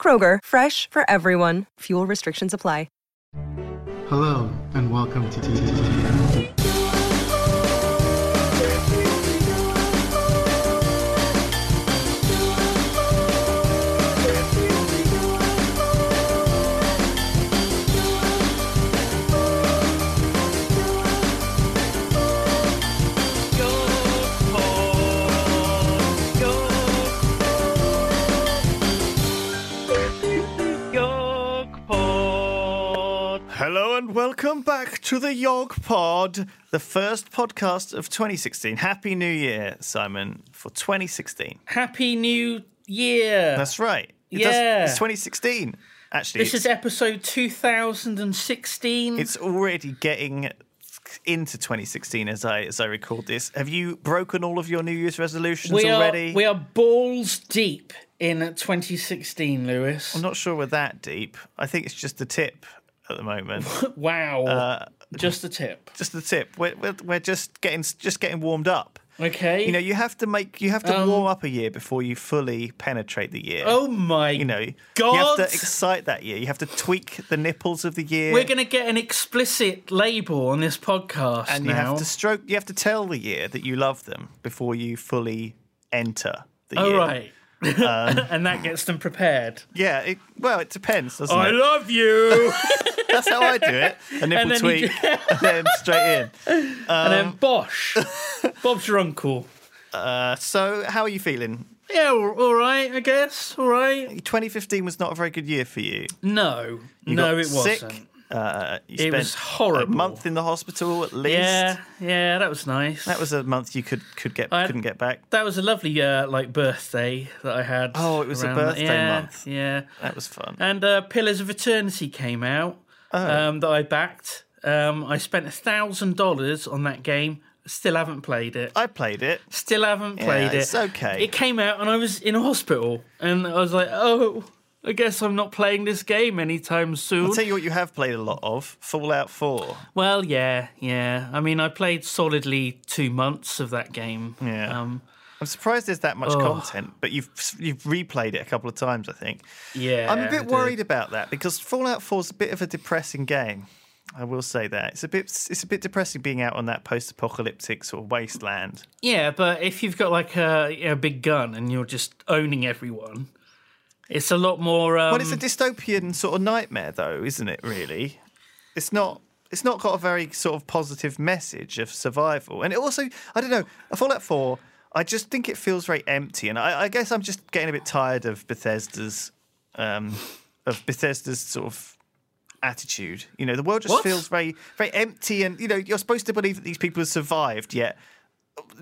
Kroger, fresh for everyone. Fuel restrictions apply. Hello, and welcome to TTTTM. Hello and welcome back to the Yog Pod, the first podcast of 2016. Happy New Year, Simon, for 2016. Happy New Year. That's right. It Yeah. it's 2016. Actually, this it's, is episode 2016. it's already getting into 2016 as I as I record this. Have you broken all of your New Year's resolutions we are, already? we are balls deep in 2016, Lewis. I'm not sure we're that deep. I think it's just the tip at the moment. wow. Uh, Just a tip. just the tip. We're, we're, we're just getting just getting warmed up. Okay. Um, You know, you have to make you have to warm up a year before you fully penetrate the year. oh my. you know, you God. have to excite that year. You have to tweak the nipples of the year, We're going to get an explicit label on this podcast and now. you have to stroke. You have to tell the year that you love them before you fully enter the All year. Oh, right. Um, and that gets them prepared. Yeah. It, well, it depends, doesn't I it? love you. That's how I do it. A nipple then you tweak, and then straight in. and Um, then Bosh. Bob's your uncle. Uh, so, how are you feeling? Yeah, all- all right, I guess. All right. 2015 was not a very good year for you. No, You no, got it sick. wasn't. Uh, you It spent was horrible. A month in the hospital at least. Yeah, yeah, that was nice. That was a month you could could get I- couldn't get back. that was a lovely uh, like birthday that I had. Oh, it was a around that- birthday yeah, month. Yeah, That was fun. and uh, Pillars of Eternity came out Oh. um, that I backed. Um, I spent a thousand dollars on that game. Still haven't played it. I played it. Still haven't played it. it's okay. It came out and I was in a hospital and I was like, oh, I guess I'm not playing this game anytime soon. I'll tell you what you have played a lot of Fallout 4. Well, yeah, yeah. I mean, I played solidly two months of that game. Yeah. Um, I'm surprised there's that Oh. much content, but you've you've replayed it a couple of times, I think. yeah. I'm a I bit did. worried about that because Fallout 4 is a bit of a depressing game. I will say that it's a bit it's a bit depressing being out on that post-apocalyptic sort of wasteland. Yeah, but if you've got like a, a big gun and you're just owning everyone, it's a lot more. Um, Well, it's a dystopian sort of nightmare, though, isn't it? Really, it's not. It's not got a very sort of positive message of survival, and it also, I don't know, Fallout Four. I just think it feels very empty, and I, I guess I'm just getting a bit tired of Bethesda's, um, of Bethesda's sort of attitude. You know, the world just What? feels very, very empty, and you know, you're supposed to believe that these people have survived, yet.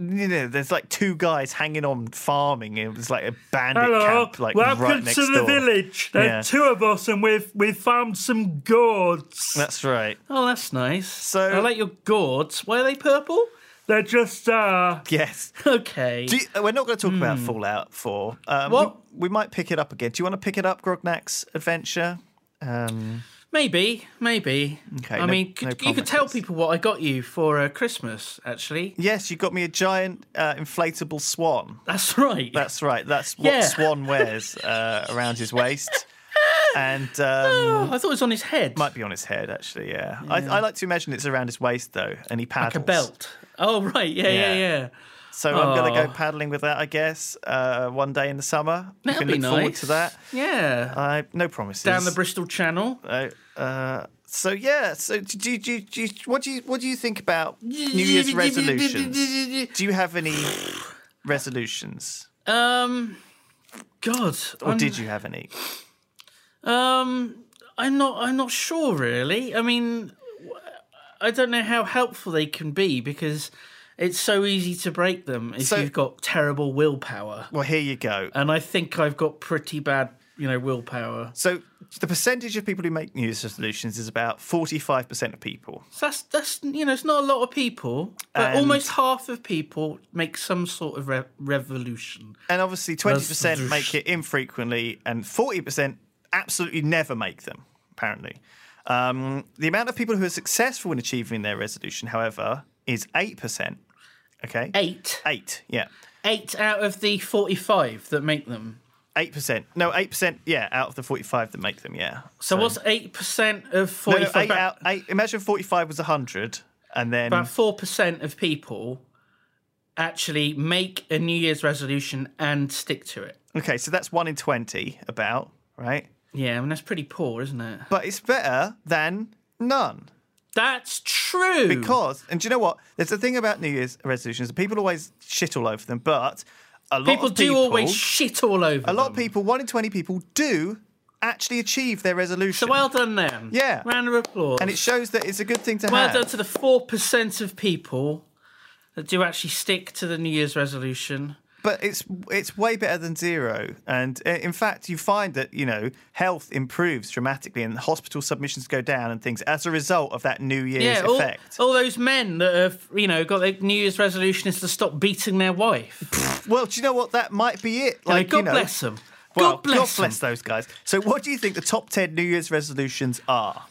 You know, there's like two guys hanging on farming. It was like a bandit camp, like right next door. village. There are Yeah. two of us, and we've we've found some gourds. That's right. oh, that's nice. So- I like your gourds. Why are they purple? They're just uh Yes. okay. Do you, uh, we're not going to talk about Fallout 4. Um, Hmm. What? We, we might pick it up again. Do you want to pick it up, Grognak's Adventure? Um, Maybe, maybe. Okay, I no- mean, no could, you could tell promises. people what I got you for uh, Christmas. Actually, yes, you got me a giant uh, inflatable swan. that's right. That's right. That's what Yeah. Swan wears uh, around his waist. And um, Oh, I thought it was on his head, might be on his head, actually, yeah. I, I like to imagine it's around his waist, though, and he paddles. like a belt. Oh, right. Yeah, yeah, Yeah. yeah. So I'm going to go Oh. paddling with that, I guess, uh, one day in the summer. You That'd can be look forward nice. to that. Um, Yeah. I no promises. Down the Bristol Channel. Uh, uh, so yeah, so do you, do, you, do you, what do you what do you think about New Year's resolutions? Do you have any resolutions, Um, God. or I'm, did you have any? Um, I'm not. I'm not sure really. I mean, w- I don't know how helpful they can be because it's so easy to break them if So- you've got terrible willpower. Uh, Well, here you go. And I think I've got pretty bad you know, willpower. So the percentage of people who make New Year's resolutions is about forty-five percent of people. So that's that's you know, it's not a lot of people, but And- almost half of people make some sort of re- revolution. And obviously, twenty percent make it infrequently, and forty percent absolutely never make them. Apparently, um, the amount of people who are successful in achieving their resolution, however, is eight percent. Okay, Eight, eight, yeah, eight out of the forty-five that make them. eight percent. No, eight percent. Yeah, out of the forty-five that make them. Yeah. So, what's eight percent of No, no, forty-five? eight out, eight, imagine forty-five was hundred, and then about four percent of people actually make a New Year's resolution and stick to it. okay, so that's one in twenty, about right. Yeah, I mean that's pretty poor, isn't it? But it's better than none. That's true. Because, and do you know what? There's a thing about New Year's resolutions. People always shit all over them, but a lot people of do people, always shit all over. a lot of people, one in twenty people, do actually achieve their So resolution. well done them. Yeah. Round of applause. and it shows that it's a good thing to well have. done to the four percent of people that do actually stick to the New Year's resolution. but it's it's way better than zero. And uh, in fact, you find that you know health improves dramatically, and hospital submissions go down, and things as a result of that New Year's Yeah, all, effect. all those men that have, you know, got their New Year's resolution is to stop beating their wife. Well, do you know what? That might be it. Like, Like, God you know, bless them. Well, God bless, them. those guys. So, what do you think the top ten New Year's resolutions are?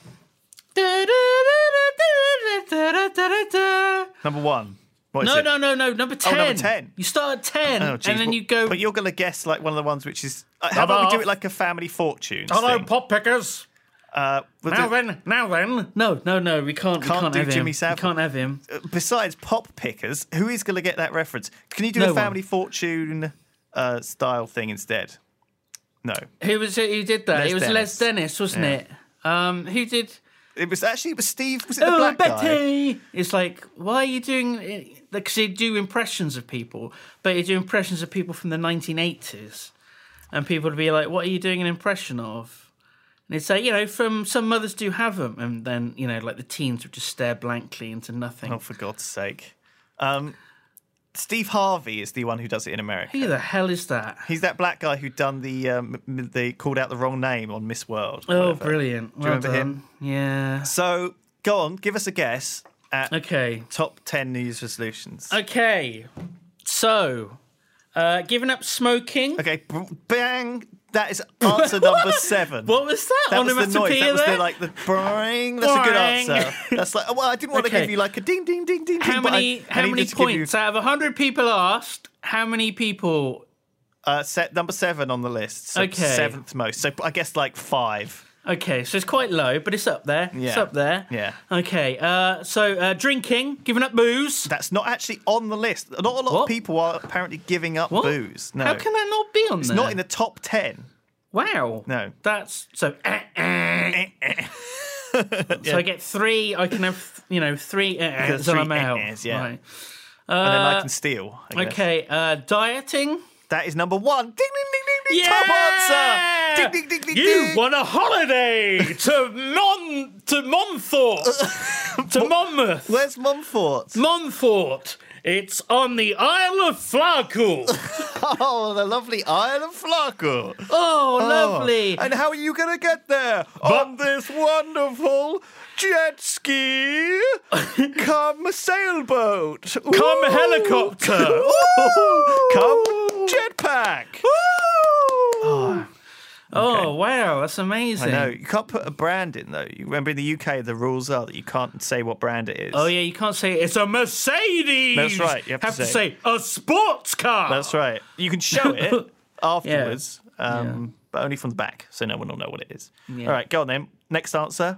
No, Number one. What is it? no, no, no. Number ten. number 10. You start at ten, Oh, geez, and then well- you go. But you're going to guess like one of the ones which is. uh, How about we Number Oh, do off. it like a family fortunes? Hello, thing? pop pickers. Uh, we'll Now do- then, now then. No, no, no. We can't. we Can't can't do have Jimmy him. Savile. We can't have him. Besides pop pickers, who is going to get that reference? Can you do No a one. family fortune uh, style thing instead? No, Who was it? Who did that? Les it was Les Dennis. Dennis, wasn't Yeah. it? Um, who did? it was actually it was Steve. Was it the oh, black guy? Betty! It's like, why are you doing? Because you do impressions of people, but you do impressions of people from the 1980s, and people would be like, "What are you doing an impression of?" And they'd say, "You know, from some mothers do have them," and then you know, like the teens would just stare blankly into nothing. Oh, for God's sake! Um, Steve Harvey is the one who does it in America. Who the hell is that? He's that black guy who done the um, m- they called out the wrong name on Miss World. Oh, whatever. brilliant! Do you well remember done. him? Yeah. So go on, give us a guess at Okay. top ten New Year's resolutions. Okay. So, uh, giving up smoking. Okay, b- bang! That is answer number seven. What was that? That was the noise. Onomatopoeia That was the there? like the bang. That's a good Boing. answer. That's like well, I didn't want to Okay. give you like a ding, ding, ding, ding. how ding, but I- many I how needed many to give you, points out of 100 people asked how many people uh, set number seven on the list. So Okay. seventh most. So I guess like five. okay so it's quite low but it's up there it's Yeah. up there Yeah. okay uh, so uh, drinking giving up booze That's not actually on the list. Not a lot What? of people are apparently giving up What? booze. No, how can that not be on It's there not in the top ten. wow No. that's so eh, eh. so i get three i can have you know three eh, ehs eh. Because and three i'm out ehs, yeah. right. and then I can steal. I guess. Uh, okay uh, dieting That is number one. Ding, ding, ding, ding, ding. Yeah! Top answer. Ding, ding, ding, ding, You ding. won a holiday to Mon to Monfort to Monmouth. Where's Mumfort? Monfort. It's on the Isle of Flarkle. Oh, the lovely Isle of Flarkle. Oh, lovely. Oh, And how are you going to get there? On this wonderful jet ski, come sailboat, Come Ooh. helicopter. Ooh. come jetpack. Oh, Oh wow, that's amazing. I know you can't put a brand in though. You remember in the UK the rules are that you can't say what brand it is. Oh yeah, you can't say it's a Mercedes. That's right, you have to to say- say a sports car. That's right. You can show it afterwards, Um, but only from the back, so no one will know what it is. All right, go on then. Next answer.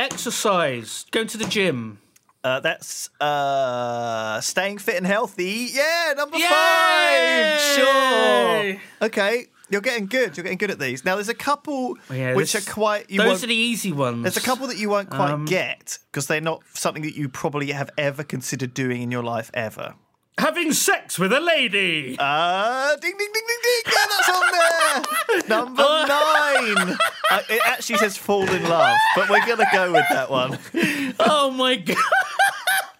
Exercise. Going to the gym. Uh, that's uh, staying fit and healthy. Yeah, number Yay! five. Sure. Okay, you're getting good. You're getting good at these. Now, there's a couple Oh, Yeah, which this- are quite. You those won't- are the Um, easy ones. there's a couple that you won't quite get because they're not something that you probably have ever considered doing in your life ever. having sex with a lady. Uh, ding, ding, ding, ding, ding. Yeah, that's on there. Number nine. Uh, it actually says fall in love, but we're going to go with that one. oh my god.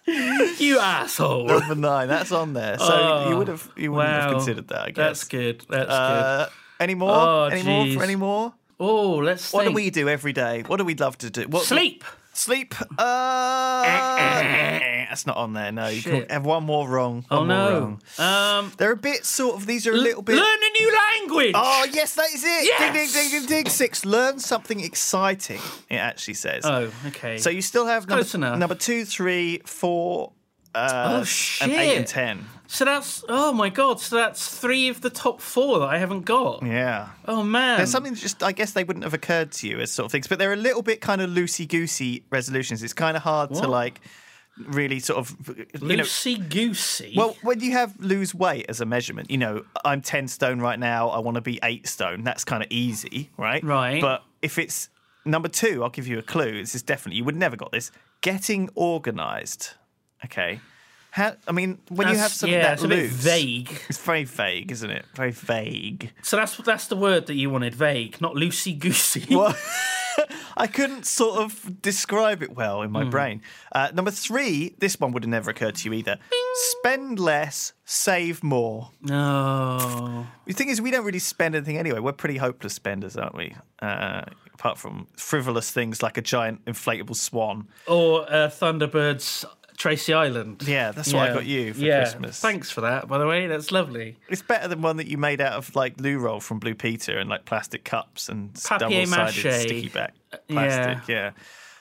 you asshole. Number nine. That's on there. So you would have you wouldn't have Wow. considered that, I guess. That's good. That's Uh, Any more? Oh, any more? jeez. For any more? Oh, let's What do think. we do every day? What do we love to do? What, sleep? Eh, Sleep. Uh, that's not on there. No, you can Shit. have one more wrong. Oh one more no. wrong. Um, They're a bit sort of. These are a little bit. learn a new language. Oh yes, that is it. Ding ding Yes! ding ding ding. Six. Learn something exciting. It actually says. Oh, okay. So you still have number, close enough. number two, three, four, uh, Oh, shit. and eight and ten. So that's oh my god. So that's three of the top four that I haven't got. Yeah. Oh man. There's something that just I guess they wouldn't have occurred to you as sort of things, but they're a little bit kind of loosey goosey resolutions. It's kind of hard to What? like really sort of you know. Lucy Goosey. Well, when you have lose weight as a measurement, you know I'm ten stone right now. I want to be eight stone. That's kind of easy, right? Right. But if it's number two, I'll give you a clue. This is definitely you would never got this. Getting organised. Okay. How, I mean, when you That's- have something yeah, that it's a bit loose- vague. it's very vague, isn't it? Very vague. So that's that's the word that you wanted, vague, not Lucy Goosey. Well, I couldn't sort of describe it well in my brain. Uh, number three, this one would have never occurred to you either. Spend less, save more. No. The thing is, we don't really spend anything anyway. We're pretty hopeless spenders, aren't we? Uh, apart from frivolous things like a giant inflatable swan. Or uh, Thunderbirds Tracy Island. Yeah, that's what I got you for Yeah. Christmas. Thanks for that, by the way. That's lovely. It's better than one that you made out of like loo roll from Blue Peter and like plastic cups and double sided Papier-mâché. sticky back Uh, plastic. Yeah.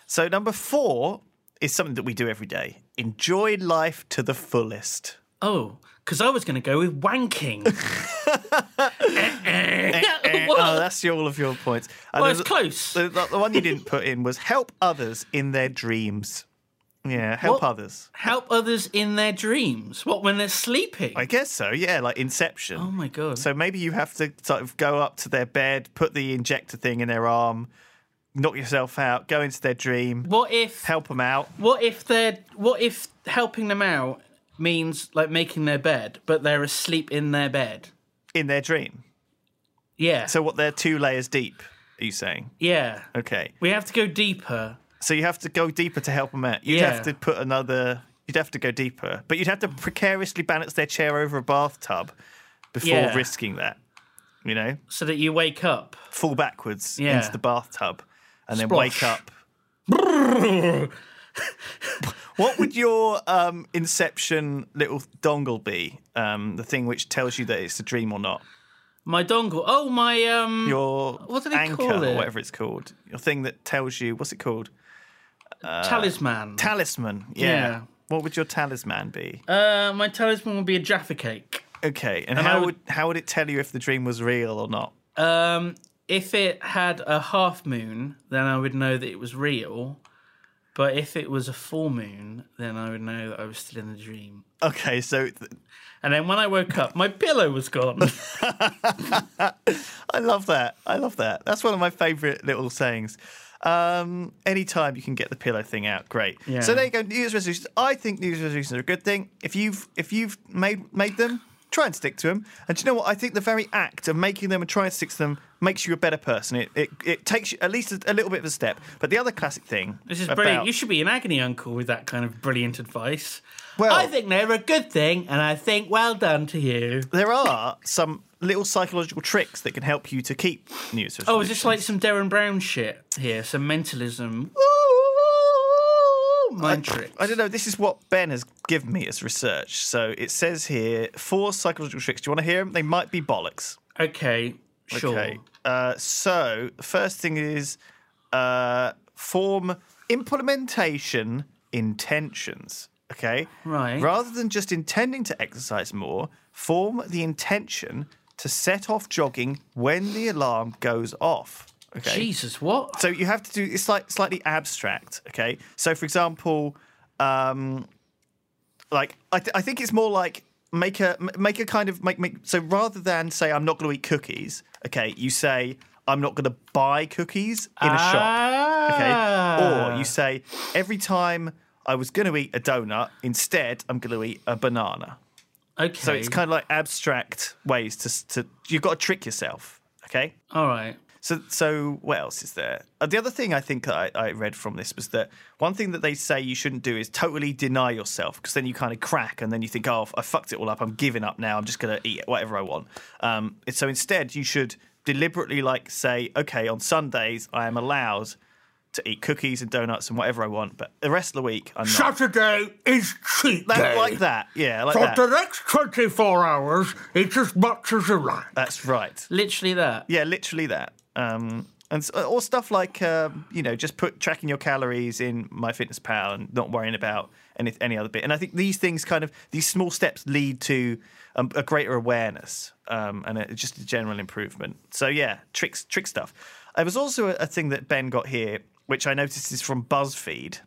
So number four is something that we do every day. Enjoy life to the fullest. Oh, because I was going to go with wanking. Eh, Uh, What? Oh, that's your, all of your points. And Well, it's there's- close. The, the- the one you didn't put in was help others in their dreams. Yeah, help What? others. Help others in their dreams. What when they're sleeping? I guess so. Yeah, like Inception. oh my god. So maybe you have to sort of go up to their bed, put the injector thing in their arm, knock yourself out, go into their dream, what if help them out. what if they're what if helping them out means like making their bed, but they're asleep in their bed? in their dream. Yeah. So what they're two layers deep, are you saying? yeah. Okay. We have to go deeper. So you have to go deeper to help them out. You'd Yeah. have to put another you'd have to go deeper. But you'd have to precariously balance their chair over a bathtub before Yeah. risking that. You know? so that you wake up. Fall backwards Yeah. into the bathtub and then Splosh. wake up. What would your um, Inception little dongle be? Um, the thing which tells you that it's a dream or not. My dongle. Oh, my um. Your What do they anchor call or it? whatever it's called. Your thing that tells you what's it called? Uh, talisman. Talisman. Yeah. Yeah. What would your talisman be? uh, my talisman would be a Jaffa cake. okay. And, and how I would would- how would it tell you if the dream was real or not? Um, if it had a half moon, then I would know that it was real. But if it was a full moon, then I would know that I was still in the dream. Okay, so th- And then when I woke up, my pillow was gone. I love that. I love that. That's one of my favorite little sayings. Um, anytime you can get the pillow thing out, great. Yeah. So there you go. New Year's resolutions. I think New Year's resolutions are a good thing. If you've if you've made made them, try and stick to them. And do you know what? I think the very act of making them and trying to stick to them makes you a better person. It it, it takes you at least a, a little bit of a step. But the other classic thing This is about- brilliant. You should be an agony uncle with that kind of brilliant advice. Well- I think they're a good thing, and I think well done to you. there are some little psychological tricks that can help you to keep news. Oh, is this like some Darren Brown shit here? Some mentalism. Mind I, tricks. I don't know. This is what Ben has given me as research. So it says here four psychological tricks. Do you want to hear them? They might be bollocks. Okay, sure. Okay. Uh, so the first thing is uh, form implementation intentions. Okay. Right. Rather than just intending to exercise more, form the intention to set off jogging when the alarm goes off. Okay. Jesus, what? So you have to do it's like slightly abstract, okay? So for example, um like I, th- I think it's more like make a m- make a kind of make make so rather than say I'm not going to eat cookies, okay? You say I'm not going to buy cookies in a shop, okay? Ah. Or you say every time I was going to eat a donut, instead I'm going to eat a banana. Okay. So it's kind of like abstract ways to s- to you've got to trick yourself, okay? All right. So, so what else is there? Uh, the other thing I think I, I read from this was that one thing that they say you shouldn't do is totally deny yourself because then you kind of crack and then you think, oh, I fucked it all up. I'm giving up now. I'm just going to eat whatever I want. Um, and so instead, you should deliberately like say, okay, on Sundays I am allowed to eat cookies and donuts and whatever I want, but the rest of the week I'm not. Saturday is cheat Like- day. like that, yeah, like For that. the next 24 hours, it's as much as you like. That's right. Literally that. Yeah, literally that. Um, and s- or stuff like um, you know, just put tracking your calories in MyFitnessPal and not worrying about any any other bit. And I think these things kind of these small steps lead to um, a greater awareness um, and a, just a general improvement. So yeah, tricks trick stuff. There was also a, a thing that Ben got here, which I noticed is from BuzzFeed.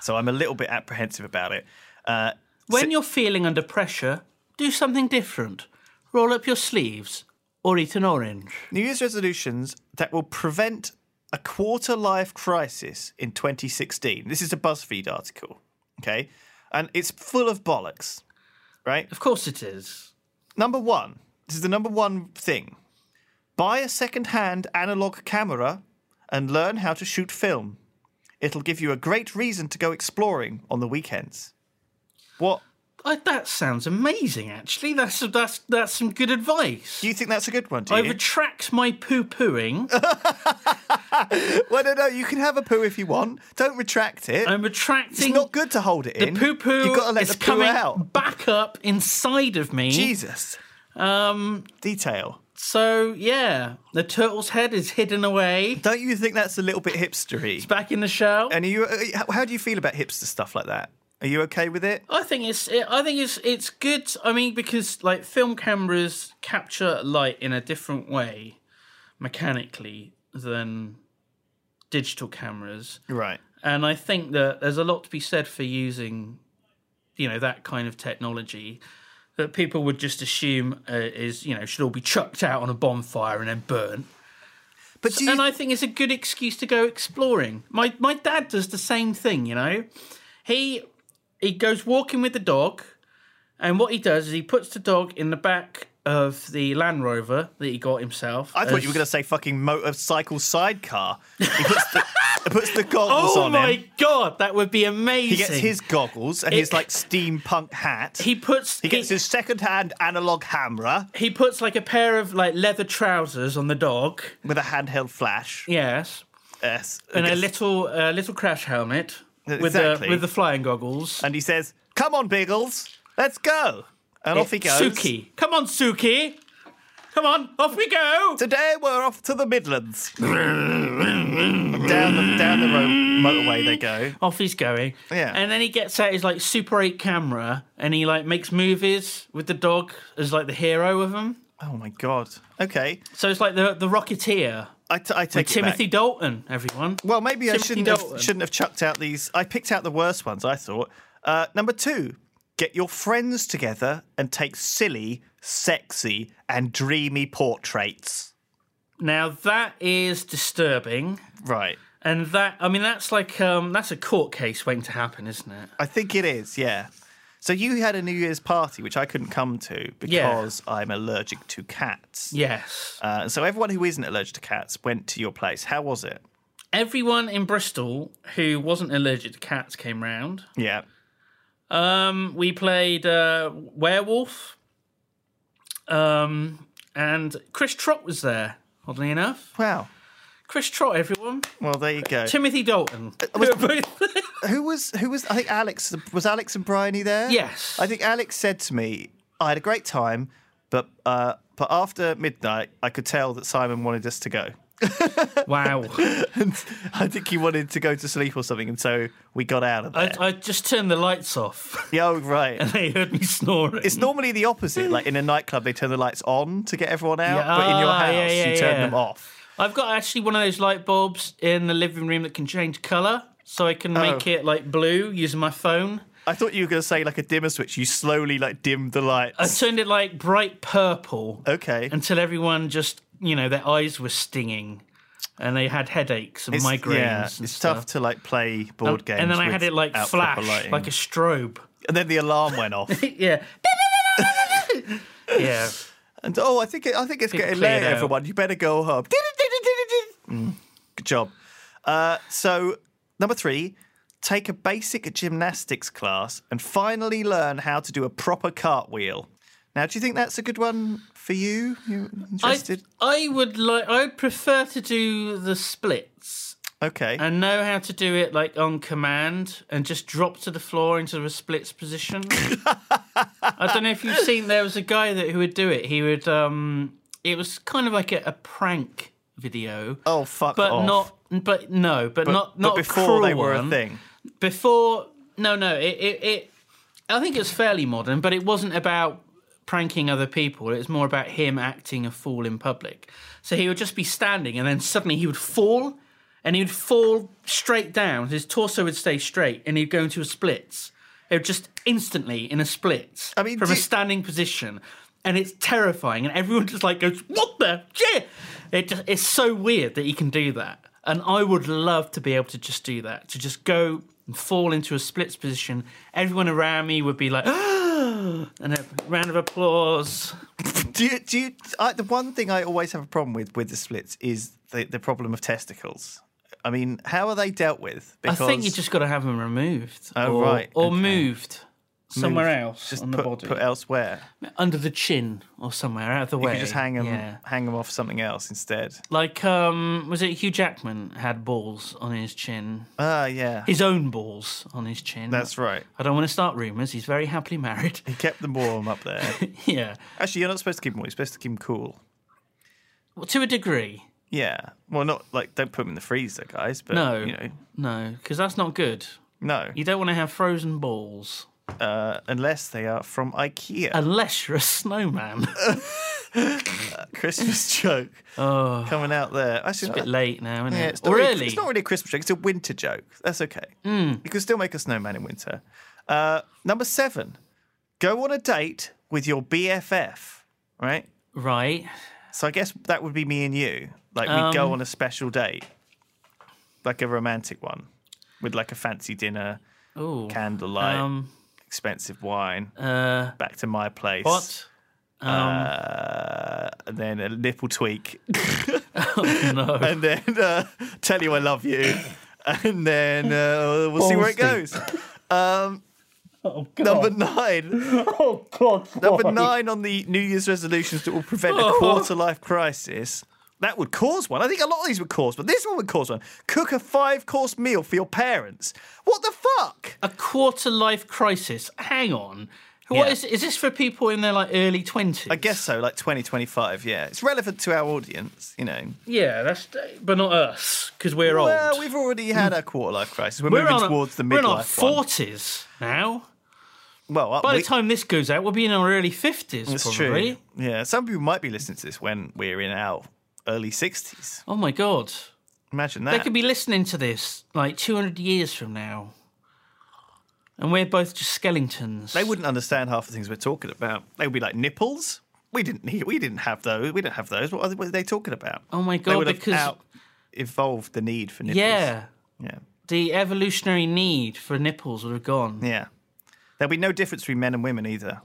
So I'm a little bit apprehensive about it. Uh, When you're feeling under pressure, do something different. Roll up your sleeves or eat an orange. New Year's resolutions that will prevent a quarter life crisis in 2016. This is a BuzzFeed article, okay? And it's full of bollocks, right? Of course it is. Number one, this is the number one thing buy a second hand analog camera and learn how to shoot film. It'll give you a great reason to go exploring on the weekends. What? I, that sounds amazing, actually. That's that's that's some good advice. Do you think that's a good one? Do I you? retract my poo pooing. well, no, no. You can have a poo if you want. Don't retract it. I'm It's retracting not good to hold it the in. poo poo. You've got to let the poo coming out. back up inside of me. Jesus. Um. Detail. So yeah, the turtle's head is hidden away. Don't you think that's a little bit hipstery? Back in the shell. And are you, uh, how- how do you feel about hipster stuff like that? Are you okay with it? I think it's it, I think it's it's good. I mean, because like film cameras capture light in a different way mechanically than digital cameras, Right. and I think that there's a lot to be said for using, you know, that kind of technology that people would just assume uh, is you know should all be chucked out on a bonfire and then burnt. But do you, and I think it's a good excuse to go exploring. My my dad does the same thing, you know. He he goes walking with the dog, and what he does is he puts the dog in the back of the Land Rover that he got himself. I thought you were going to say fucking motorcycle sidecar. He puts the, he puts the goggles Oh on my him. god, that would be amazing. He gets his goggles and his It- like steampunk hat. he puts He gets he, his second-hand analog hammer he puts like a pair of like leather trousers on the dog. with a handheld flash. Yes. Yes. And a Yes. little uh, little crash helmet with Exactly. the with the flying goggles. and he says, "Come on, Biggles, let's go." And off he goes. Suki. Come on, Suki. Come on, off we go. Today we're off to the Midlands. down the down the road motorway they go. Off he's going. Yeah. And then he gets out his like Super 8 camera and he like makes movies with the dog as like the hero of them. Oh my god. Okay, So it's like the the Rocketeer. I, t- I take it Timothy back. Dalton, everyone. Well, maybe I Timothy shouldn't Dalton. have, shouldn't have chucked out these. I picked out the worst ones. I thought. Uh, number two, get your friends together and take silly, sexy, and dreamy portraits. Now that is disturbing. Right. And that I mean that's like um that's a court case waiting to happen, isn't it? I think it is, yeah. So you had a New Year's party, which I couldn't come to because I'm allergic to cats. Yes. Uh, so everyone who isn't allergic to cats went to your place. How was it? Everyone in Bristol who wasn't allergic to cats came round. Yeah. Um, we played uh, Werewolf, um, and Chris Trott was there. Oddly enough, Wow. Chris Trott, everyone. Well, there you go. Timothy Dalton. who was who was? I think Alex was Alex and Bryony there. Yes. I think Alex said to me, "I had a great time, but uh, but after midnight, I could tell that Simon wanted us to go. wow. I think he wanted to go to sleep or something, and so we got out of I, there. I just turned the lights off. yeah, oh, right. they heard me snoring. It's normally the opposite. Like in a nightclub, they turn the lights on to get everyone out, but in your Ah, house, yeah, yeah, you turn yeah. them off. I've got actually one of those light bulbs in the living room that can change colour, so I can make it like blue using my phone. I thought you were going to say like a dimmer switch. You slowly like dimmed the I lights. turned it like bright purple. Okay. until everyone just you know their eyes were stinging and they had headaches and It's- migraines Yeah, and it's stuff. tough to like play board games. and then I had it like without proper flash lighting. like a strobe and then the alarm went off. yeah yeah And oh, I think it, I think it's People getting cleared late, out. everyone. You better go home. Mm, Good job. Uh, so, number three, take a basic gymnastics class and finally learn how to do a proper cartwheel. Now, do you think that's a good one for you? You I, interested? I would like. I would prefer to do the splits okay. and know how to do it like on command and just drop to the floor into a splits position. I don't know if you've seen. There was a guy that who would do it. He would. um It was kind of like a, a prank video. oh, fuck but off. not. But no. But, But- not. but Not a before they cruel were one. a thing. before no no it, it, it i think it's fairly modern but it wasn't about pranking other people it was more about him acting a fool in public so he would just be standing and then suddenly he would fall and he would fall straight down his torso would stay straight and he'd go into a splits it would just instantly in a split I mean, from do a you- standing position and it's terrifying and everyone just like goes what the shit it just it's so weird that he can do that and i would love to be able to just do that to just go and fall into a splits position everyone around me would be like and a round of applause Do you, do you, I, the one thing I always have a problem with with the splits is the, the problem of testicles. I mean, how are they dealt with? i Because think you just got to have them removed Oh, or, right, or okay. moved somewhere Move- else just on the put, body put elsewhere. under the chin or somewhere out of the You way could just hang them, yeah. off something else instead. like um was it hugh jackman had balls on his chin Ah, yeah. his own balls on his chin. That's right. I don't want to start rumours. He's very happily married. He kept them warm up there. yeah, Actually, you're not supposed to keep them warm. You're supposed to keep them cool. well, to a degree. Yeah. Well, not like don't put them in the freezer, guys. But No, you know, no, because that's not good. no, You don't want to have frozen balls uh, unless they are from IKEA. Uh, unless you're a snowman. Christmas joke coming out there. Actually, Oh, it's a no, bit late now, isn't Yeah, it? it's not, Or really, early. it's not really a Christmas joke. It's a winter joke. That's okay. Hmm. You can still make a snowman in winter. Uh, number seven, go on a date with your BFF, right? Right. So I guess that would be me and you. Like we Um, go on a special date, like a romantic one, with like a fancy dinner, Ooh. candlelight, Um. expensive wine, Uh. back to my place. What? Uh, and then a nipple tweak, Oh, No. and then uh, tell you I love you, and then uh, we'll see where it Balls goes. Um, Number nine. Oh, God. Number nine on the New Year's resolutions that will prevent a quarter life crisis. That would cause one. I think a lot of these would cause, but this one would cause one. Cook a five course meal for your parents. What the fuck? a quarter life crisis. Hang on. What Yeah. is is this for people in their like early twenties? I guess so, like 2025, yeah. It's relevant to our audience, you know. Yeah, that's but not us because we're old. Well, we've already had our quarter life crisis. We're, moving on a- towards the We're in our midlife. one. forties now. Well, uh, By we- the time this goes out, we'll be in our early fifties. it's probably. true. Yeah, some people might be listening to this when we're in our early 60s. Oh my god, Imagine they that. could be listening to this like two hundred years from now, and we're both just skeletons. They wouldn't understand half the things we're talking about. They would be like nipples. We didn't need, we didn't have those. We don't have those. What are they, what are they talking about? Oh my they god, would have because out evolved the need for nipples. yeah, yeah, the evolutionary need for nipples would have gone. yeah. There'll be no difference between men and women either.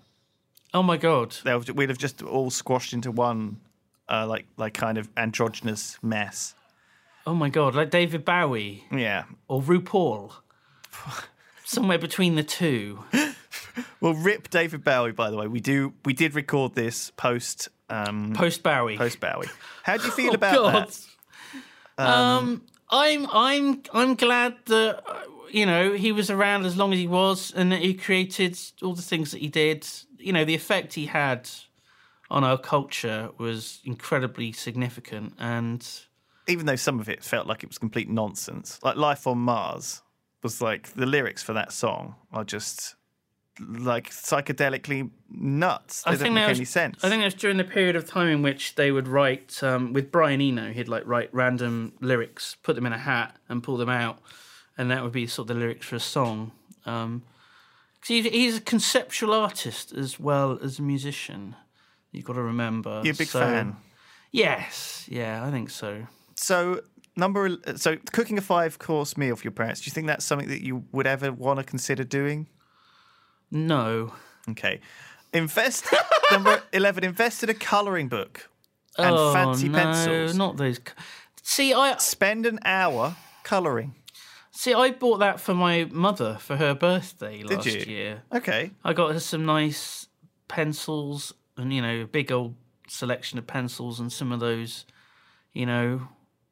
Oh my god, They'll, we'd have just all squashed into one, uh, like like kind of androgynous mess. oh my god, like David Bowie Yeah. or RuPaul, somewhere between the two. Well, rip David Bowie. By the way, we do we did record this post um, Post Bowie. post Bowie. How do you feel Oh, about God. that? Um, I'm I'm I'm glad that uh, you know he was around as long as he was, and that he created all the things that he did. You know, the effect he had on our culture was incredibly significant, and even though some of it felt like it was complete nonsense, like Life on Mars was like the lyrics for that song are just like psychedelically nuts. They I don't think make that was, any sense. I think that's during the period of time in which they would write um, with Brian Eno. He'd like write random lyrics, put them in a hat, and pull them out, and that would be sort of the lyrics for a song. Um, 'cause he's, he's a conceptual artist as well as a musician. You've got to remember. you're a big So- fan. Yes, yeah, I think so. So number el- so cooking a five course meal for your parents. Do you think that's something that you would ever want to consider doing? No. Okay. Invest number eleven. Invest in a colouring book and oh, fancy no, pencils. Not those. c- See, I Spend an hour colouring. see, I bought that for my mother for her birthday last you? year. Okay. I got her some nice pencils and, you know, a big old selection of pencils and some of those, you know,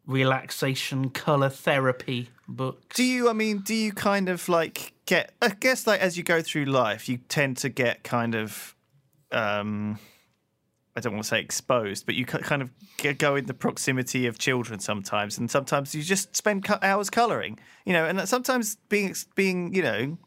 relaxation color therapy books. Do you, I mean, do you kind of like get, I guess, like as you go through life, you tend to get kind of, um, I don't want to say exposed, but you ki- kind of g- go in the proximity of children sometimes, and sometimes you just spend co- hours colouring, you know, and that sometimes being, ex- being, you know,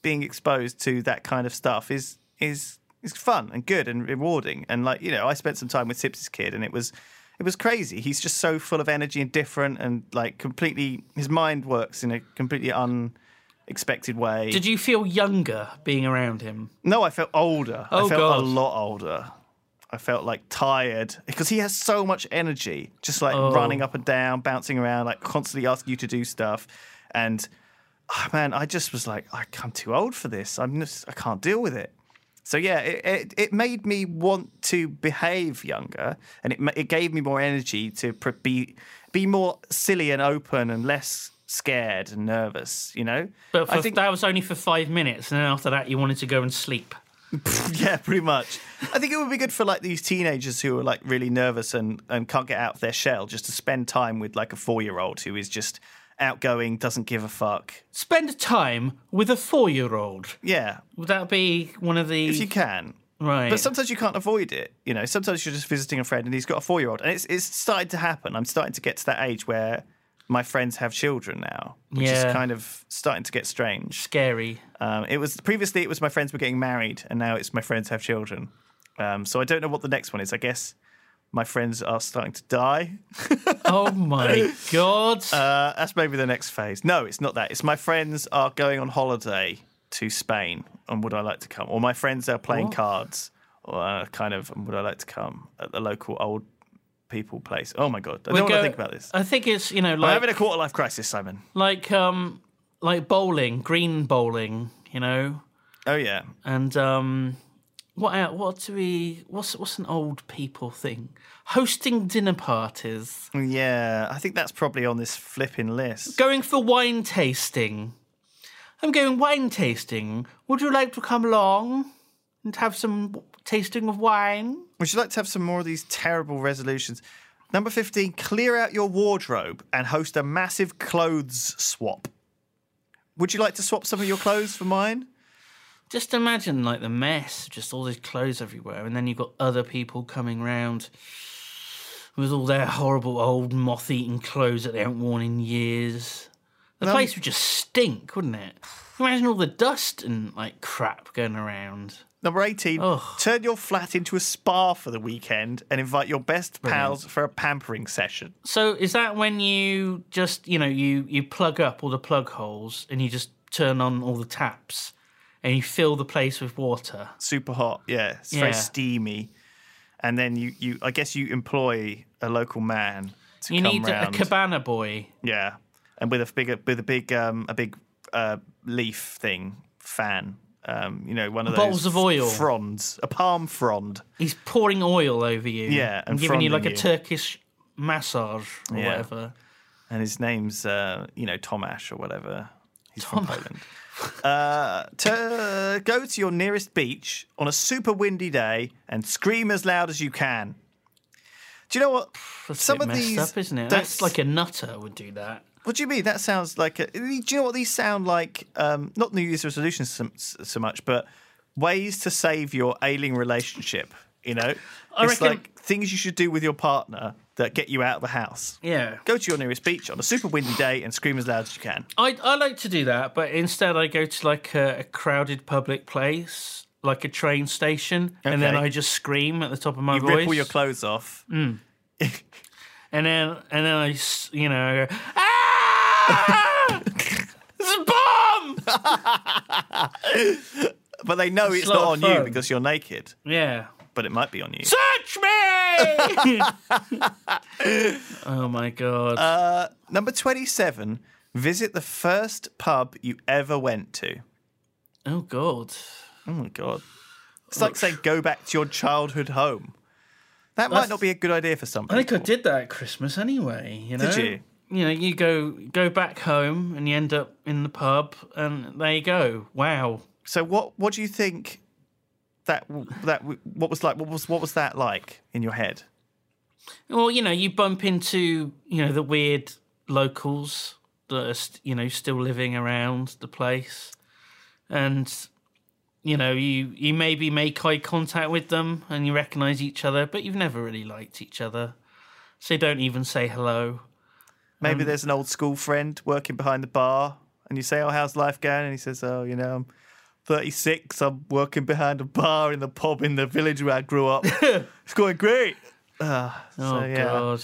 being exposed to that kind of stuff is is is fun and good and rewarding. And like you know, I spent some time with Sips's kid, and it was it was crazy. He's just so full of energy and different, and like completely his mind works in a completely unexpected way. Did you feel younger being around him? no, I felt older. Oh, I felt God. a lot older. I felt like tired because he has so much energy, just like Oh. running up and down, bouncing around, like constantly asking you to do stuff. And oh, man, I just was like, I- I'm too old for this. I'm just, I can't deal with it. So yeah, it, it it made me want to behave younger, and it ma- it gave me more energy to pr- be be more silly and open and less scared and nervous. You know, But I for, think- that was only for five minutes, and then after that, you wanted to go and sleep. Yeah, pretty much. I think it would be good for like these teenagers who are like really nervous and, and can't get out of their shell just to spend time with like a four year old who is just outgoing, doesn't give a fuck. Spend time with a four-year-old. Yeah, Would that be one of the if you can. right? But sometimes you can't avoid it. You know, sometimes you're just visiting a friend and he's got a four year old. And it's, it's started to happen. I'm starting to get to that age where my friends have children now, which Yeah. is kind of starting to get strange. scary. Um, it was previously it was my friends were getting married, and now it's my friends have children. Um, so I don't know what the next one is. I guess my friends are starting to die. Oh my god! Uh, that's maybe the next phase. No, it's not that. It's my friends are going on holiday to Spain, and would I like to come? Or my friends are playing cards, or uh, kind of, and would I like to come at the local old people place? Oh my god, I don't want to think about this. I think it's you know I'm like having a quarter life crisis, Simon. like um like bowling, green bowling, you know, Oh yeah, and um what el- what do we what's what's an old people thing? Hosting dinner parties, yeah. I think that's probably on this flipping list. going for wine tasting. I'm going wine tasting. Would you like to come along and have some w- tasting of wine? Would you like to have some more of these terrible resolutions? Number 15, clear out your wardrobe and host a massive clothes swap. Would you like to swap some of your clothes for mine? Just imagine like the mess, just all these clothes everywhere, and then you've got other people coming round with all their horrible old moth-eaten clothes that they haven't worn in years. The place would just stink, wouldn't it? Imagine all the dust and like crap going around. Number 18, turn your flat into a spa for the weekend and invite your best pals for a pampering session. So is that when you just you know you you plug up all the plug holes and you just turn on all the taps and you fill the place with water? Super hot, yeah. It's very Yeah. steamy. And then you, you, I guess you employ a local man to You come need round. a cabana boy. Yeah, and with a big with a big um a big uh leaf thing fan. Um, you know, one of those Bowls of oil. fronds, a palm frond. He's pouring oil over you. Yeah, and giving you like fronding a you. Turkish massage or Yeah. whatever. and his name's uh, you know Tomash or whatever. He's from Poland. Uh, to, go to your nearest beach on a super windy day and scream as loud as you can. Do you know what? That's Some a bit of messed these- up, isn't it? that's- That's like a nutter would do that. What do you mean? That sounds like a. Do you know what these sound like? Um, not New Year's resolutions so, so much, but ways to save your ailing relationship. You know, I it's reckon- like things you should do with your partner that get you out of the house. Yeah. Go to your nearest beach on a super windy day and scream as loud as you can. I I like to do that, but instead I go to like a, a crowded public place, like a train station, and then Okay. I just scream at the top of my You voice. rip all your clothes off. and then and then I s- you know I go, ah! It's a bomb! But they know it's lot not on of you fun. because you're naked, yeah. but it might be on you. Touch me! oh my god. Number 27, visit the first pub you ever went to. oh god. Oh my god. It's like saying go back to your childhood home. That might That's- not be a good idea for some I people. think I did that at Christmas anyway. You know? Did you? You know, you go go back home and you end up in the pub, and there you go. Wow. So what what do you think that that what was like what was what was that like in your head? Well, you know, you bump into you know the weird locals that are st- you know still living around the place, and you know you you maybe make eye contact with them and you recognise each other, but you've never really liked each other, so you don't even say hello. Maybe Um, there's an old school friend working behind the bar and you say, "Oh, how's life going?" and he says, "Oh, you know, I'm 36. I'm working behind a bar in the pub in the village where I grew up. it's going great." Oh So, yeah. god.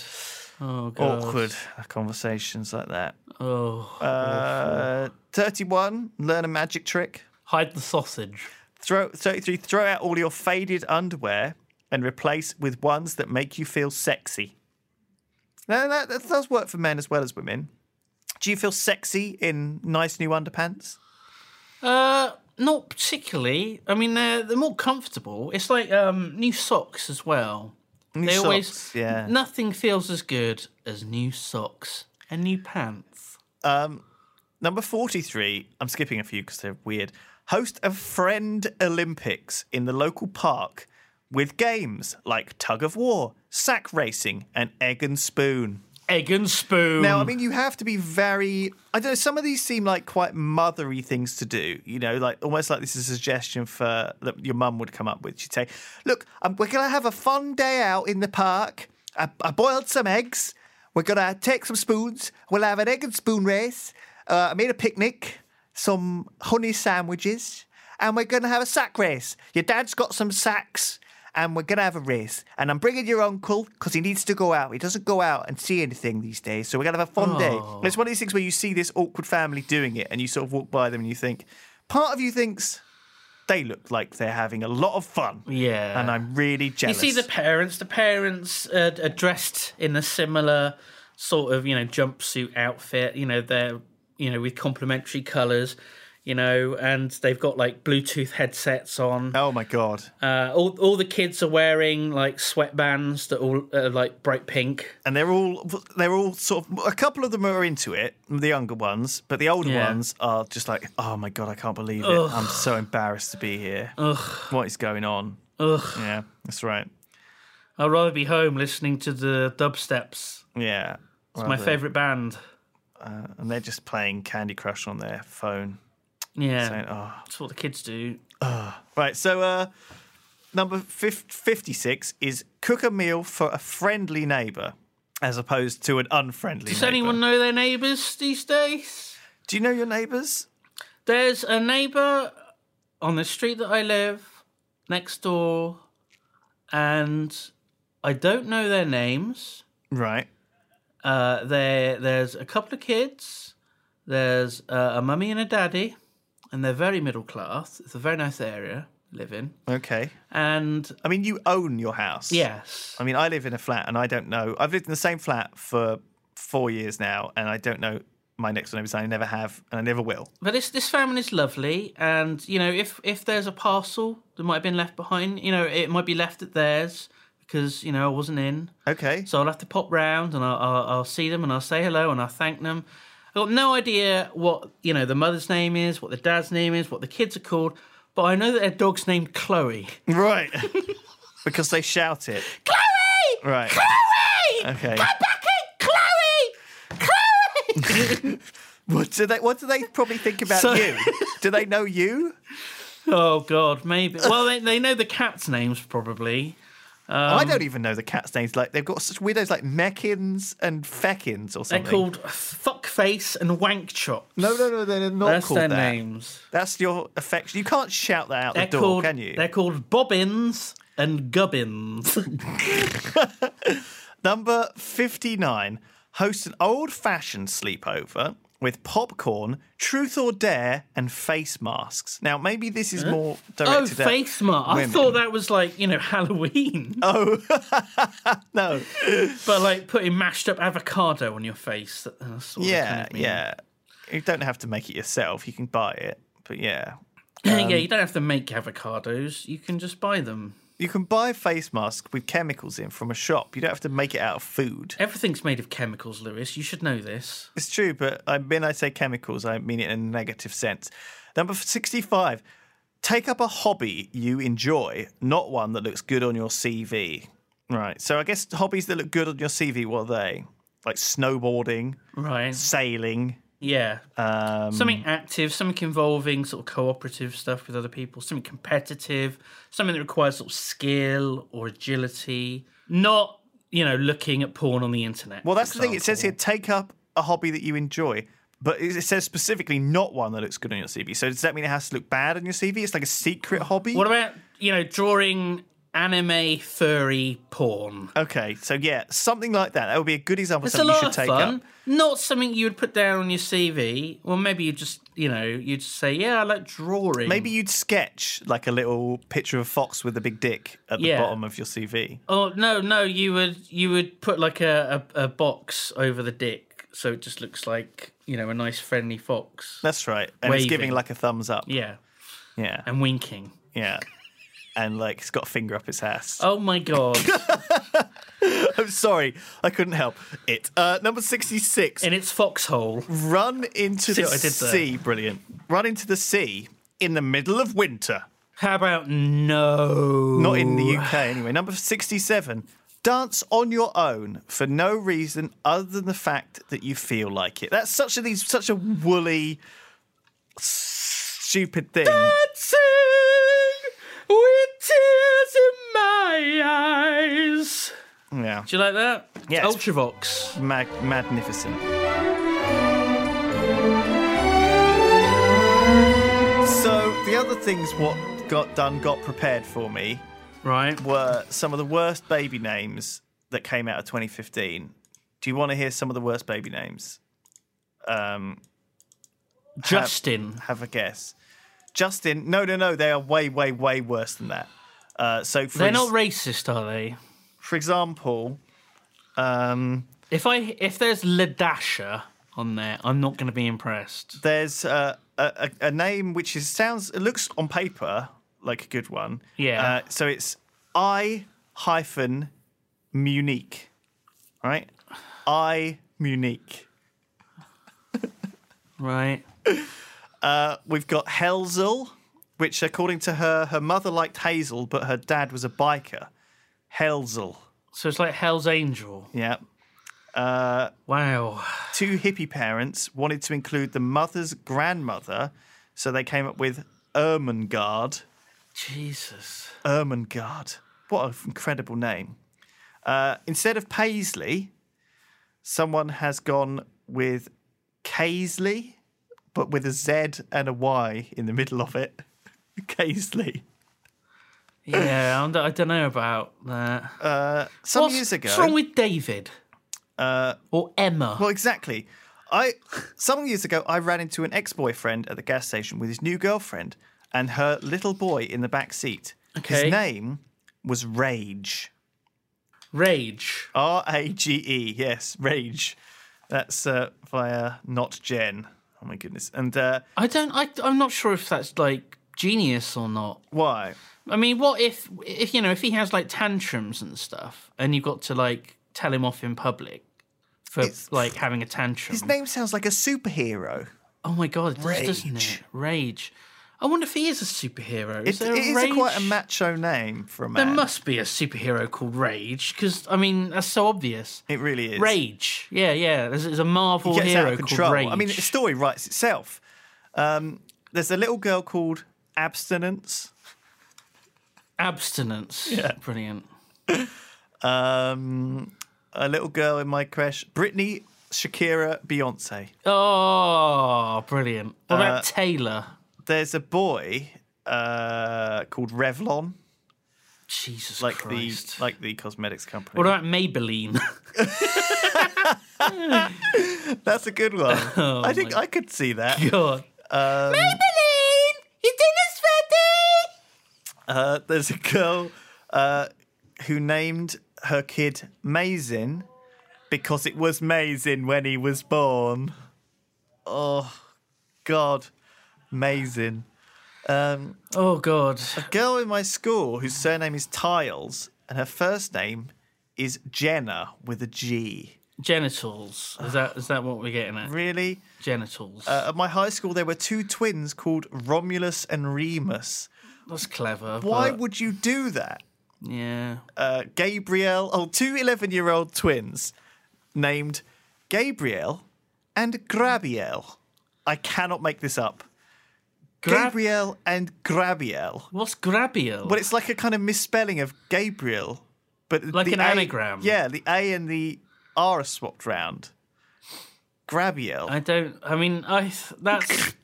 Oh god. Awkward conversations like that. Oh, Uh, 31, learn a magic trick. hide the sausage. Throw 33, throw out all your faded underwear and replace with ones that make you feel sexy. Now that, that does work for men as well as women. Do you feel sexy in nice new underpants? Uh, not particularly. I mean, they're they're more comfortable. It's like um new socks as well. New they always socks, yeah. nothing feels as good as new socks and new pants Number 43, I'm skipping a few because they're weird. Host a friend Olympics in the local park with games like tug of war, sack racing, and egg and spoon. egg and spoon Now, I mean, you have to be very. I don't know. Some of these seem like quite mothery things to do. You know, like almost like this is a suggestion for that your mum would come up with. She'd say, "Look, um, we're gonna have a fun day out in the park. I, I boiled some eggs. We're gonna take some spoons. We'll have an egg and spoon race. Uh, I made a picnic. Some honey sandwiches, and we're gonna have a sack race. Your dad's got some sacks." and we're gonna have a race. And I'm bringing your uncle because he needs to go out. He doesn't go out and see anything these days, so we're gonna have a fun day. Oh. And it's one of these things where you see this awkward family doing it, and you sort of walk by them and you think, part of you thinks they look like they're having a lot of fun. Yeah. and I'm really you jealous. see the parents the parents uh, are dressed in a similar sort of you know jumpsuit outfit you know they're you know with complementary colors you know and they've got like bluetooth headsets on oh my god, Uh, all, all the kids are wearing like sweatbands that all are like bright pink. and they're all they're all sort of a couple of them are into it, the younger ones, but the older Yeah. ones are just like, oh my god, I can't believe it. I'm so embarrassed to be here. What is going on? Ugh. Yeah, that's right. I'd rather be home listening to the dubsteps. Yeah. It's my favourite band. and they're just playing Candy Crush on their phone. Yeah, And, oh. that's what the kids do. Right, so uh, number fif- 56 is cook a meal for a friendly neighbour as opposed to an unfriendly Does neighbour. anyone know their neighbours these days? Do you know your neighbours? There's a neighbour on the street that I live next door, and I don't know their names. Right. Uh, there, there's a couple of kids. There's uh, a mummy and a daddy, and they're very middle class. It's a very nice area to live in, Okay. and I mean, you own your house. yes, I mean, I live in a flat and I don't know. I've lived in the same flat for four years now and I don't know my next door neighbours. I never have and I never will. But this this family is lovely, and you know, if if there's a parcel that might have been left behind, you know, it might be left at theirs because you know I wasn't in. Okay. So I'll have to pop round and I'll, I'll, I'll see them and I'll say hello and I'll thank them. I've got no idea what you know the mother's name is, what the dad's name is, what the kids are called, but I know that their dog's named Chloe. Right. because they shout it. Chloe, Right. Chloe, Okay. back in, Chloe, Chloe. What do they? What do they probably think about So- you? Do they know you? oh God, maybe. Well, they they know the cat's names probably. I don't even know the cat's names. Like they've got such weirdos like Mekins and Feckins They're or something. called Fuckface and Wank Chops. No, no, no. They're not That's called their that. names. That's your affection. You can't shout that out They're the door, called, can you? They're called Bobbins and Gubbins. Number fifty-nine. Host an old-fashioned sleepover with popcorn, truth or dare, and face masks. Now, maybe this is more oh, directed at face mask. I women. Oh. thought that was like, you know, Halloween. No, But like putting mashed up avocado on your face. That- that's sort of yeah, kind of mean. yeah. You don't have to make it yourself. You can buy it, but yeah, Um, yeah, you don't have to make avocados. You can just buy them. you can buy face masks with chemicals in from a shop. You don't have to make it out of food. Everything's made of chemicals, Lewis. You should know this. It's true, but I, when I say chemicals, I mean it in a negative sense. Number 65. Take up a hobby you enjoy, not one that looks good on your CV. Right. So I guess hobbies that look good on your CV, what are they? Like snowboarding, Right. sailing. Yeah. Um, something active, something involving sort of cooperative stuff with other people, something competitive, something that requires sort of skill or agility, not, you know, looking at porn on the internet. Well, for that's the thing. It says here example. take up a hobby that you enjoy, but it it says specifically not one that looks good on your CV. So does that mean it has to look bad on your CV? It's like a secret hobby? What about, you know, drawing anime furry porn? Okay, so yeah, something like that. That would be a good example of It's a Oh, something you lot should of take fun. up. Not something you would put down on your CV. Well, maybe you just, you know, you just say, yeah, I like drawing. Maybe you'd sketch like a little picture of a fox with a big dick at the Yeah. bottom of your CV. Oh no, no, you would you would put like a, a, a box over the dick so it just looks like, you know, a nice friendly fox. That's right. And it's giving Waving. like a thumbs up. Yeah. Um, Yeah. And winking. Yeah. And like it's got a finger up its ass. Oh my god. I'm sorry, I couldn't help it. Uh, number 66. In its foxhole. Run into See the what I did there? sea. Brilliant. Run into the sea in the middle of winter. How about no? Not in the UK anyway. Number 67. Dance on your own for no reason other than the fact that you feel like it. That's such a these such a woolly stupid thing. Dancing with tears in my eyes. Yeah. Do you like that? Yeah, it's- Ultravox. Mag- magnificent. So the other things what got done got prepared for me Right. were some of the worst baby names that came out of 2015. Do you want to hear some of the worst baby names? Um, Justin. have a guess. Justin, no, no, no, they are way, way, way worse than that. Uh, so, for, They're ex- not racist, are they? for example, um, If I if there's Ladasha on there, I'm not going to be impressed. there's uh, a, a, a name which is sounds it looks on paper like a good one. Yeah. Uh, so it's I hyphen Munich, right? I Munich. Right. We've got Helzel, which according to her, her mother liked Hazel, but her dad was a biker. Helzel. So it's like Hell's Angel. Yeah. Wow. Two hippie parents wanted to include the mother's grandmother, so they came up with Ermengarde. Jesus. Ermengarde. What an incredible name. Uh, instead of Paisley, someone has gone with Kaisley, but with a Z and a Y in the middle of it. Kaisley. Yeah, I'm, I don't know about that. Some what's, years ago. what's wrong with David? Uh, or Emma? Well, exactly. I some years ago I ran into an ex-boyfriend at the gas station with his new girlfriend and her little boy in the back seat. Okay. His name was Rage. Rage. R A G E. Yes, Rage. That's uh, via not Jen. Oh my goodness. And uh, I don't. I, I'm not sure if that's like genius or not. why? I mean, what if if you know if he has like tantrums and stuff, and you've got to like tell him off in public for like having a tantrum? His name sounds like a superhero. Oh my god, it does, doesn't Rage. it? Rage. I wonder if he is a superhero. Is It, there it is Rage? a quite a macho name for a There man. must be a superhero called Rage, because I mean that's so obvious. It really is. Rage. Yeah, yeah. There's, there's a Marvel gets hero out of control. called Rage. I mean, the story writes itself. Um, there's a little girl called Abstinence. abstinence. Yeah, brilliant. Um, a little girl in my crush, Britney, Shakira, Beyonce. Oh, brilliant. What Uh, about Taylor? There's a boy uh, called Revlon, Jesus like Christ. the like the cosmetics company. what about Maybelline? That's a good one. I think I could see that. Oh Um, God. Maybelline, your dinner's ready. Uh, there's a girl uh, who named her kid Mazin because it was Mazin when he was born. Oh, God. Mazin. Oh god. girl in my school whose surname is Tiles and her first name is Jenna with a G. Genitals. Is that is that what we're getting at? Really? Genitals. Uh, at my high school, there were two twins called Romulus and Remus. That's clever. Why but- would you do that? Yeah. Uh, Gabriel, oh, two 11 year old twins named Gabriel and Grabiel. I cannot make this up. Gra- Gabriel and Grabiel. What's grabial? Well, it's like a kind of misspelling of Gabriel, but Like the an A- anagram. Yeah, the A and the R are swapped round. Grabiel. I don't. I mean, I. th- That's.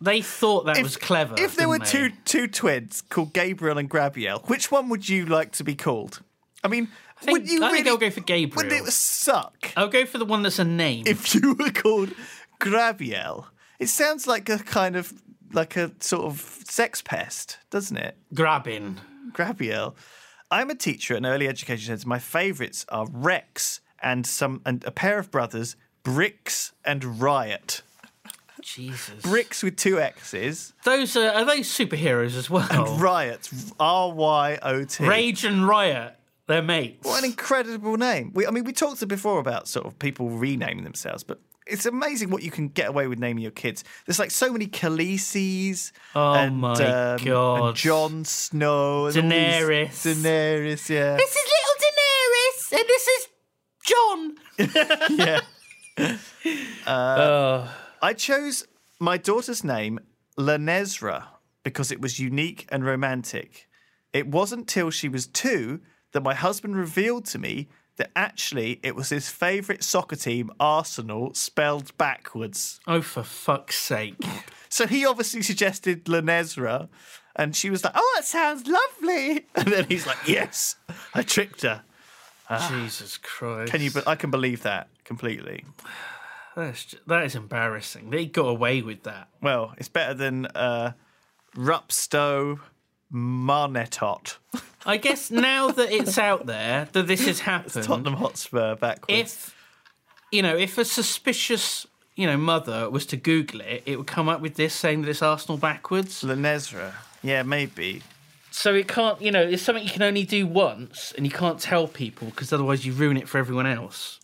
they thought that was clever. If there were didn't two they? two twins called Gabriel and Grabiel, which one would you like to be called? I mean, think- would you I think really? I'll go for Gabriel. Wouldn't it suck I'll go for the one that's a name. if you were called Grabiel? It sounds like a kind of like a sort of sex pest, doesn't it? Grabbing. Grabiel. I'm a teacher at an early education centre. My favourites are Rex and some and a pair of brothers, Bricks and Riot. Jesus. Bricks with two X's. Those are, are those superheroes as well. Riot. R Y O T. Rage and Riot. They're mates. What an incredible name. We, I mean, we talked before about sort of people renaming themselves, but it's amazing what you can get away with naming your kids. There's like so many Khaleesi's. Oh and, um, my and God. Jon Snow. and all these- Daenerys. Daenerys, yeah. This is little Daenerys, and this is John. yeah. I chose my daughter's name, Lanezra, because it was unique and romantic. It wasn't till she was two that my husband revealed to me that actually it was his favourite soccer team, Arsenal, spelled backwards. Oh, for fuck's sake. So he obviously suggested Lanezra, and she was like, oh, that sounds lovely. And then he's like, yes, I tricked her. Jesus Christ. Ah. Can you? But I can believe that completely. That's, ju- that is embarrassing. They got away with that. Well, it's better than uh, Rupsto Marnetot, I guess now that it's out there that this has happened, Tottenham Hotspur backwards. if you know if a suspicious you know mother was to google it it would come up with this saying that it's arsenal backwards Lanezra. Yeah, maybe. so it can't you know it's something you can only do once and you can't tell people because otherwise you ruin it for everyone else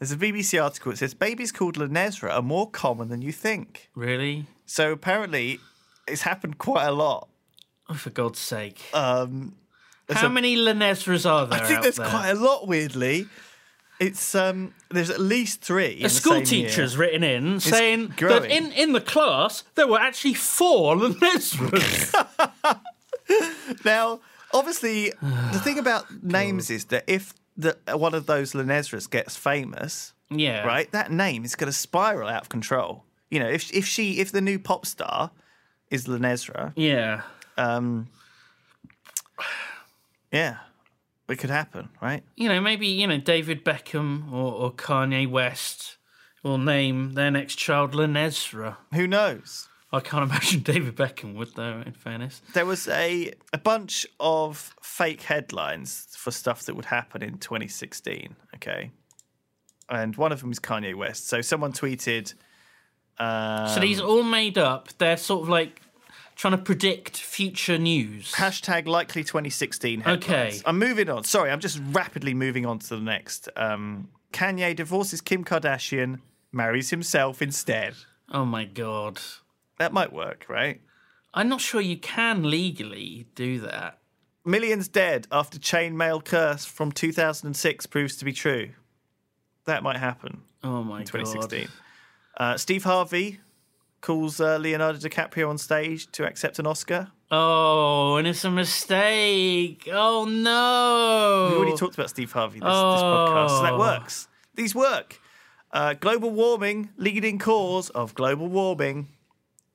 There's a BBC article that says babies called Lanezra are more common than you think. really So apparently, it's happened quite a lot. oh for god's sake Um, how a- many Lanezras are there I think out there's there? quite a lot. Weirdly, it's um, there's at least three. in a the school same teacher's year. written in saying that growing. in, in the class there were actually four Lanezras. Now, obviously, the thing about names is that if the, one of those Lanezras gets famous, yeah. right? That name is going to spiral out of control. You know, if if she if the new pop star is Lanezra, Yeah. um, yeah, it could happen, right? you know, maybe you know David Beckham or, or Kanye West will name their next child Lanezra. Who knows? I can't imagine David Beckham would, though. In fairness, There was a a bunch of fake headlines for stuff that would happen in 2016. Okay, and one of them is Kanye West. So someone tweeted, uh, so these are all made up. They're sort of like trying to predict future news. Hashtag likely 2016 headlines. Okay. I'm moving on. Sorry, I'm just rapidly moving on to the next. Um, Kanye divorces Kim Kardashian, marries himself instead. oh my god! That might work, right? I'm not sure you can legally do that. Millions dead after chainmail curse from 2006 proves to be true. That might happen. Oh my 2016. god! Uh, Steve Harvey calls uh, Leonardo DiCaprio on stage to accept an Oscar. Oh, and it's a mistake. Oh no! We already talked about Steve Harvey this, this podcast, so that Oh. works. These work. Uh, global warming, leading cause of global warming.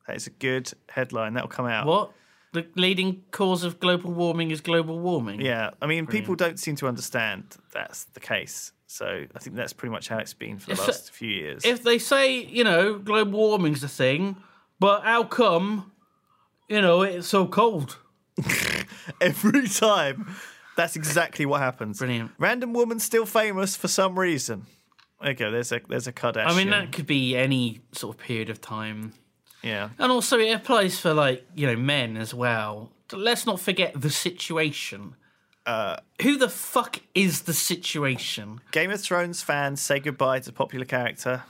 That is a good headline. That'll come out. what? The leading cause of global warming is global warming. Yeah, I mean, people don't seem to understand that's the case. So I think that's pretty much how it's been for the If- last few years. if they say you know global warming's a thing, but how come you know it's so cold? Every time, that's exactly what happens. Brilliant. Random woman still famous for some reason. Okay, there's a there's a Kardashian. I mean that could be any sort of period of time. Yeah. And also, it applies for like you know men as well. Let's not forget the situation. Uh, Who the fuck is the situation? Game of Thrones fans say goodbye to popular character.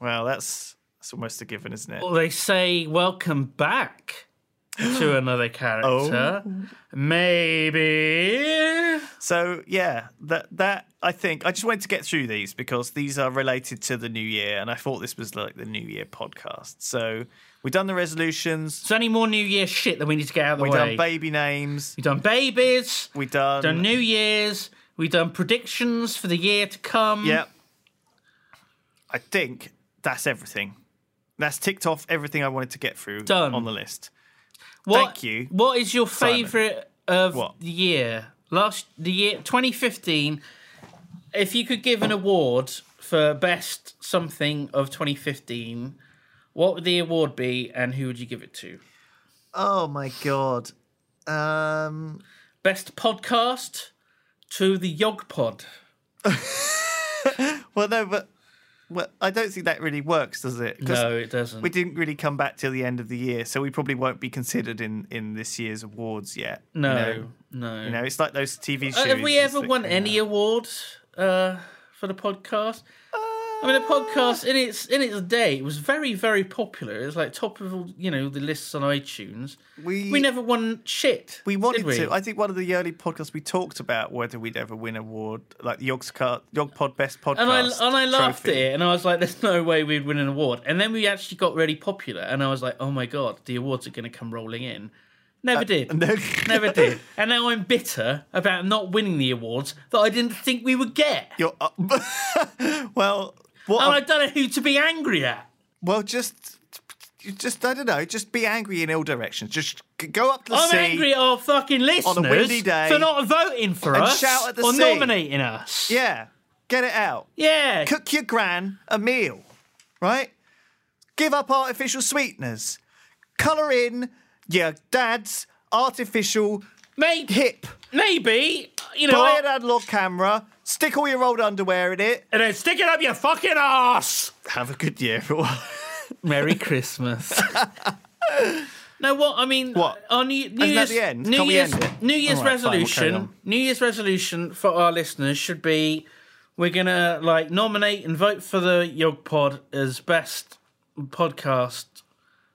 Well, that's that's almost a given, isn't it? Well, they say welcome back to another character. Maybe. So yeah, that that I think I just wanted to get through these because these are related to the new year, and I thought this was like the new year podcast. So we've done the resolutions, So any more New Year shit that we need to get out of the we've way? done baby names, We've done babies. we've done, done New Year's. We've done predictions for the year to come. yeah. I think that's everything. That's ticked off everything I wanted to get through Done. on the list. What, Thank you, What is your Simon. favourite of What? the year? Last the year 2015. If you could give an award for best something of 2015, what would the award be, and who would you give it to? Oh my god. Um Best podcast to the Yog Pod. well no but well I don't think that really works, does it? 'Cause No, it doesn't. we didn't really come back till the end of the year, so we probably won't be considered in in this year's awards yet. you no, know? no. You know, it's like those TV shows. Uh, have we ever won any awards uh, for the podcast? I mean, the Uh, podcast in its in its day it was very very popular. It was like top of all you know the lists on iTunes. We- we never won shit. We wanted did we? to. I think one of the early podcasts we talked about whether we'd ever win an award, like the Yogs Car, Yog Pod Best Podcast. and I and I laughed trophy. at it, and I was like, "There's no way we'd win an award." And then we actually got really popular, and I was like, "Oh my god, the awards are going to come rolling in." Never did. Uh, no. never did. And now I'm bitter about not winning the awards that I didn't think we would get, You're up. well, what? and a- I don't know who to be angry at. well, just, you just I don't know. Just be angry in all directions. Just g- go up to the I'm sea. angry at our fucking listeners a windy day. for not voting for And us shout at the or sea. nominating us. Yeah, get it out. Yeah. cook your gran a meal, right? Give up artificial sweeteners. Colour in your dad's artificial Maybe, hip. maybe you know, Buy an I- analog camera. Stick all your old underwear in it. and then stick it up your fucking ass. Have a good year, everyone. Merry Christmas. No, what I mean, What? Our New, New that Year's, the end? New Can we Year's, end it? New Year's All right, fine, we'll resolution, carry on. New Year's resolution for our listeners should be: we're gonna like nominate and vote for the Yog Pod as best podcast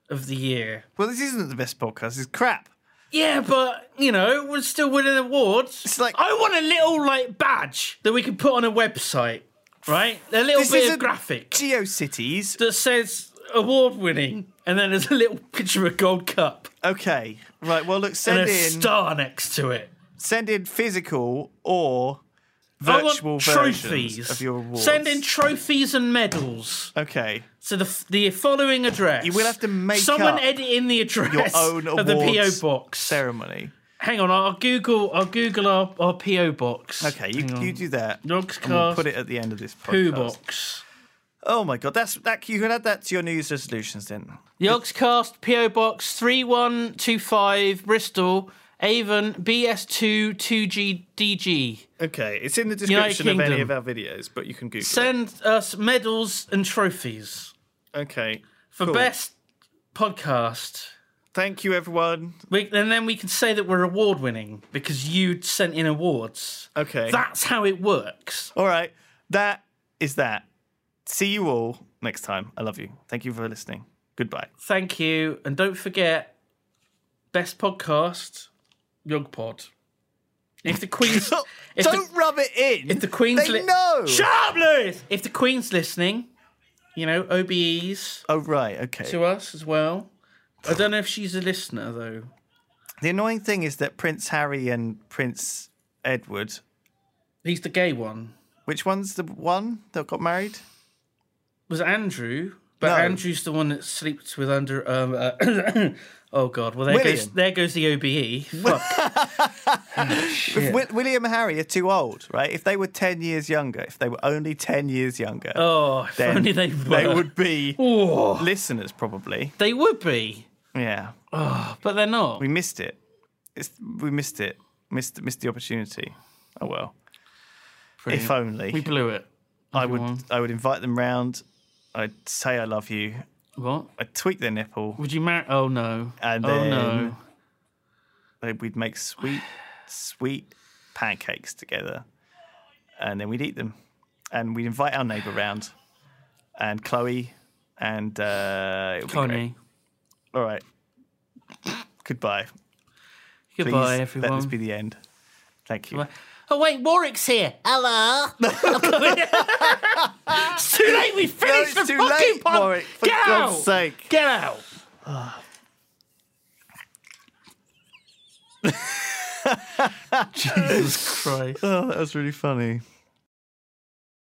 of the year. well, this isn't the best podcast. It's crap. Yeah, but you know, we're still winning awards. It's like- I want a little like badge that we can put on a website, right? A little This bit isn't of graphic GeoCities. that says award winning, and then there's a little picture of a gold cup Okay. Right. Well, look, and send a in star next to it. send in physical or I virtual want versions trophies. of your awards. Send in trophies and medals Okay. to the the following address. You will have to make someone up edit in the Your address own of the PO awards box. ceremony. Hang on, I'll Google. I'll Google our, our PO box. Okay, you, Hang you on. do that. Dogs and we'll cast put it at the end of this poo podcast. box. Oh my god, that's that. You can add that to your New Year's resolutions then. The Oxcast PO Box 3125 Bristol Avon BS2 2GDG. Okay, it's in the description of any Kingdom. of our videos, but you can Google Send us medals and trophies Okay, for best podcast. Thank you, everyone. We, and then we can say that we're award winning because you'd sent in awards. Okay, That's how it works. all right. That is that. See you all next time. I love you. Thank you for listening. Goodbye. Thank you. And don't forget best podcast, Yog Pod. If the Queen's. if the- Don't rub it in. If the Queen's they li- know. Shut up, Lewis! If the Queen's listening, you know, OBEs oh right, okay. to us as well. I don't know if she's a listener though. the annoying thing is that Prince Harry and Prince Edward. He's the gay one. Which one's the one that got married? Was it Andrew? But No. Andrew's the one that sleeps with under um uh, Oh god, well there goes William. there goes the E. OBE. Fuck. If Wi- William and Harry are too old, right? If they were 10 years younger, if they were only 10 years younger, Oh, if then only they were. Oh. They would, would be listeners, probably. be. Yeah. But they're not. We missed it. It's, we missed it. Missed, missed the opportunity. Oh, well. If only. We blew it. I would I would invite them round. I'd say I love you. What? I tweak their nipple. Would you marry? Oh no. And oh then- no. Like, We'd make sweet, sweet pancakes together, and then we'd eat them, and we'd invite our neighbour round, and Chloe, and uh, it would be great. Connie. All right. Goodbye. Please, Goodbye, Let everyone. this be the end. Thank you. Oh wait, Warwick's here. Hello. it's too late. We finished the fucking pod. Warwick, for Get God's out! sake. Get out. Jesus Christ. Oh, that was really funny.